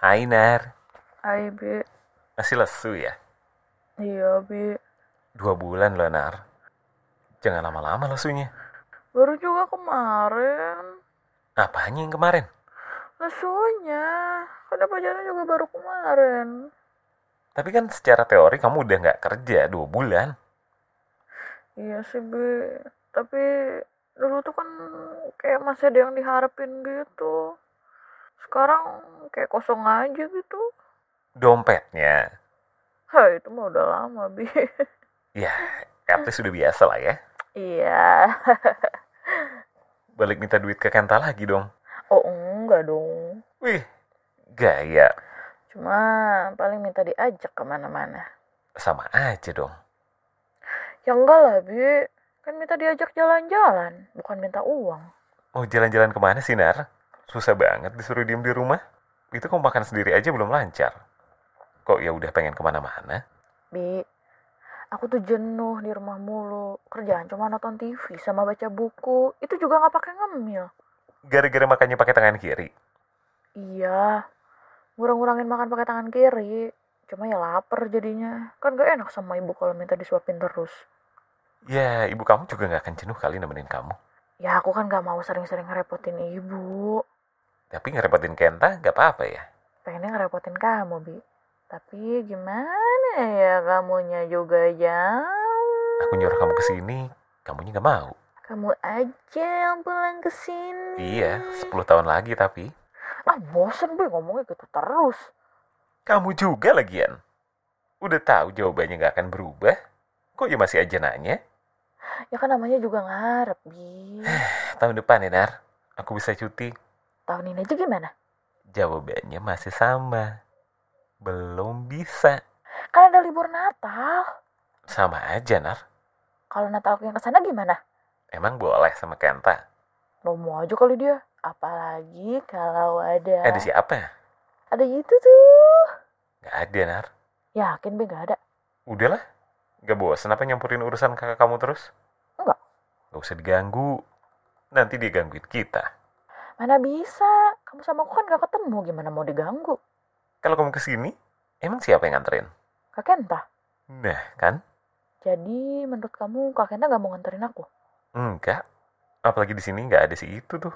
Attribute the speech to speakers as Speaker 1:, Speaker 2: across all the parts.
Speaker 1: Ainar
Speaker 2: Hai Bi
Speaker 1: masih lesu ya
Speaker 2: Iya Bi
Speaker 1: dua bulan loh Nar jangan lama-lama lesunya
Speaker 2: Baru juga kemarin
Speaker 1: apanya yang kemarin
Speaker 2: Lesunya Karena pacarnya juga baru kemarin
Speaker 1: tapi kan secara teori kamu udah nggak kerja dua bulan
Speaker 2: Iya sih Bi Tapi dulu tuh kan kayak masih ada yang diharapin gitu Sekarang kayak kosong aja gitu
Speaker 1: dompetnya
Speaker 2: Hah itu mah udah lama Bi
Speaker 1: ya at least udah biasa lah ya
Speaker 2: Iya
Speaker 1: balik minta duit ke Kenta lagi dong
Speaker 2: Oh enggak dong
Speaker 1: wih gaya
Speaker 2: Cuma paling minta diajak kemana-mana
Speaker 1: sama aja dong
Speaker 2: Ya enggak lah Bi Kan minta diajak jalan-jalan Bukan minta uang
Speaker 1: mau jalan-jalan kemana sih Nar susah banget disuruh diem di rumah itu kamu makan sendiri aja belum lancar kok ya udah pengen kemana-mana
Speaker 2: Bi, aku tuh jenuh di rumah mulu. Kerjaan cuma nonton TV sama baca buku. Itu juga nggak pakai ngemil.
Speaker 1: gara-gara makannya pakai tangan kiri
Speaker 2: Iya, ngurang-ngurangin makan pakai tangan kiri. Cuma ya lapar jadinya. Kan gak enak sama ibu kalau minta disuapin terus.
Speaker 1: Ya, ibu kamu juga nggak akan jenuh kali nemenin kamu.
Speaker 2: Ya aku kan gak mau sering-sering ngerepotin ibu.
Speaker 1: Tapi ngerepotin Kenta nggak apa-apa ya.
Speaker 2: Pengennya ngerepotin kamu, Bi. Tapi gimana ya kamunya juga ya?
Speaker 1: Aku nyuruh kamu ke sini, kamunya nggak mau.
Speaker 2: Kamu aja yang pulang ke sini.
Speaker 1: Iya, 10 tahun lagi tapi.
Speaker 2: Ah bosen Bi ngomongnya gitu terus.
Speaker 1: Kamu juga lagian. Udah tahu jawabannya nggak akan berubah. Kok ya masih aja nanya?
Speaker 2: Ya kan namanya juga ngarep, Bi.
Speaker 1: Tahun depan ya, Nar. Aku bisa cuti.
Speaker 2: Tahun ini aja gimana?
Speaker 1: Jawabannya masih sama. Belum bisa.
Speaker 2: Kan ada libur Natal.
Speaker 1: Sama aja, Nar.
Speaker 2: Kalau Natal aku yang kesana gimana?
Speaker 1: Emang boleh sama Kenta?
Speaker 2: Mau mau aja kali dia. Apalagi kalau ada...
Speaker 1: Eh, Ada siapa?
Speaker 2: Ada gitu tuh.
Speaker 1: Nggak ada, Nar.
Speaker 2: Yakin Bi gak ada?
Speaker 1: Udahlah. Nggak bosan apa nyampurin urusan kakak kamu terus?
Speaker 2: Enggak.
Speaker 1: Nggak usah diganggu. Nanti dia gangguin kita.
Speaker 2: Mana bisa? Kamu sama aku kan gak ketemu. Gimana mau diganggu?
Speaker 1: Kalau kamu kesini, emang siapa yang nganterin?
Speaker 2: Kak Kenta.
Speaker 1: Nah, kan?
Speaker 2: Jadi menurut kamu Kak Kenta gak mau nganterin aku?
Speaker 1: Enggak. Apalagi di sini nggak ada si itu tuh.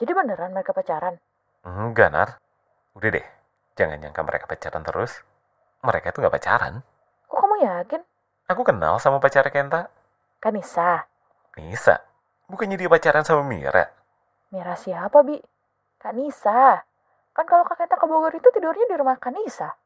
Speaker 2: Jadi beneran mereka pacaran?
Speaker 1: Enggak, Nar. Udah deh. Jangan nyangka mereka pacaran terus. Mereka tuh nggak pacaran.
Speaker 2: Kok kamu yakin? Kan
Speaker 1: Aku kenal sama pacarnya Kenta.
Speaker 2: Kanisa.
Speaker 1: Nisa. Bukannya dia pacaran sama Mira.
Speaker 2: Mira siapa, Bi? Kanisa. Kan kalau Kak Kenta ke Bogor itu tidurnya di rumah Kanisa.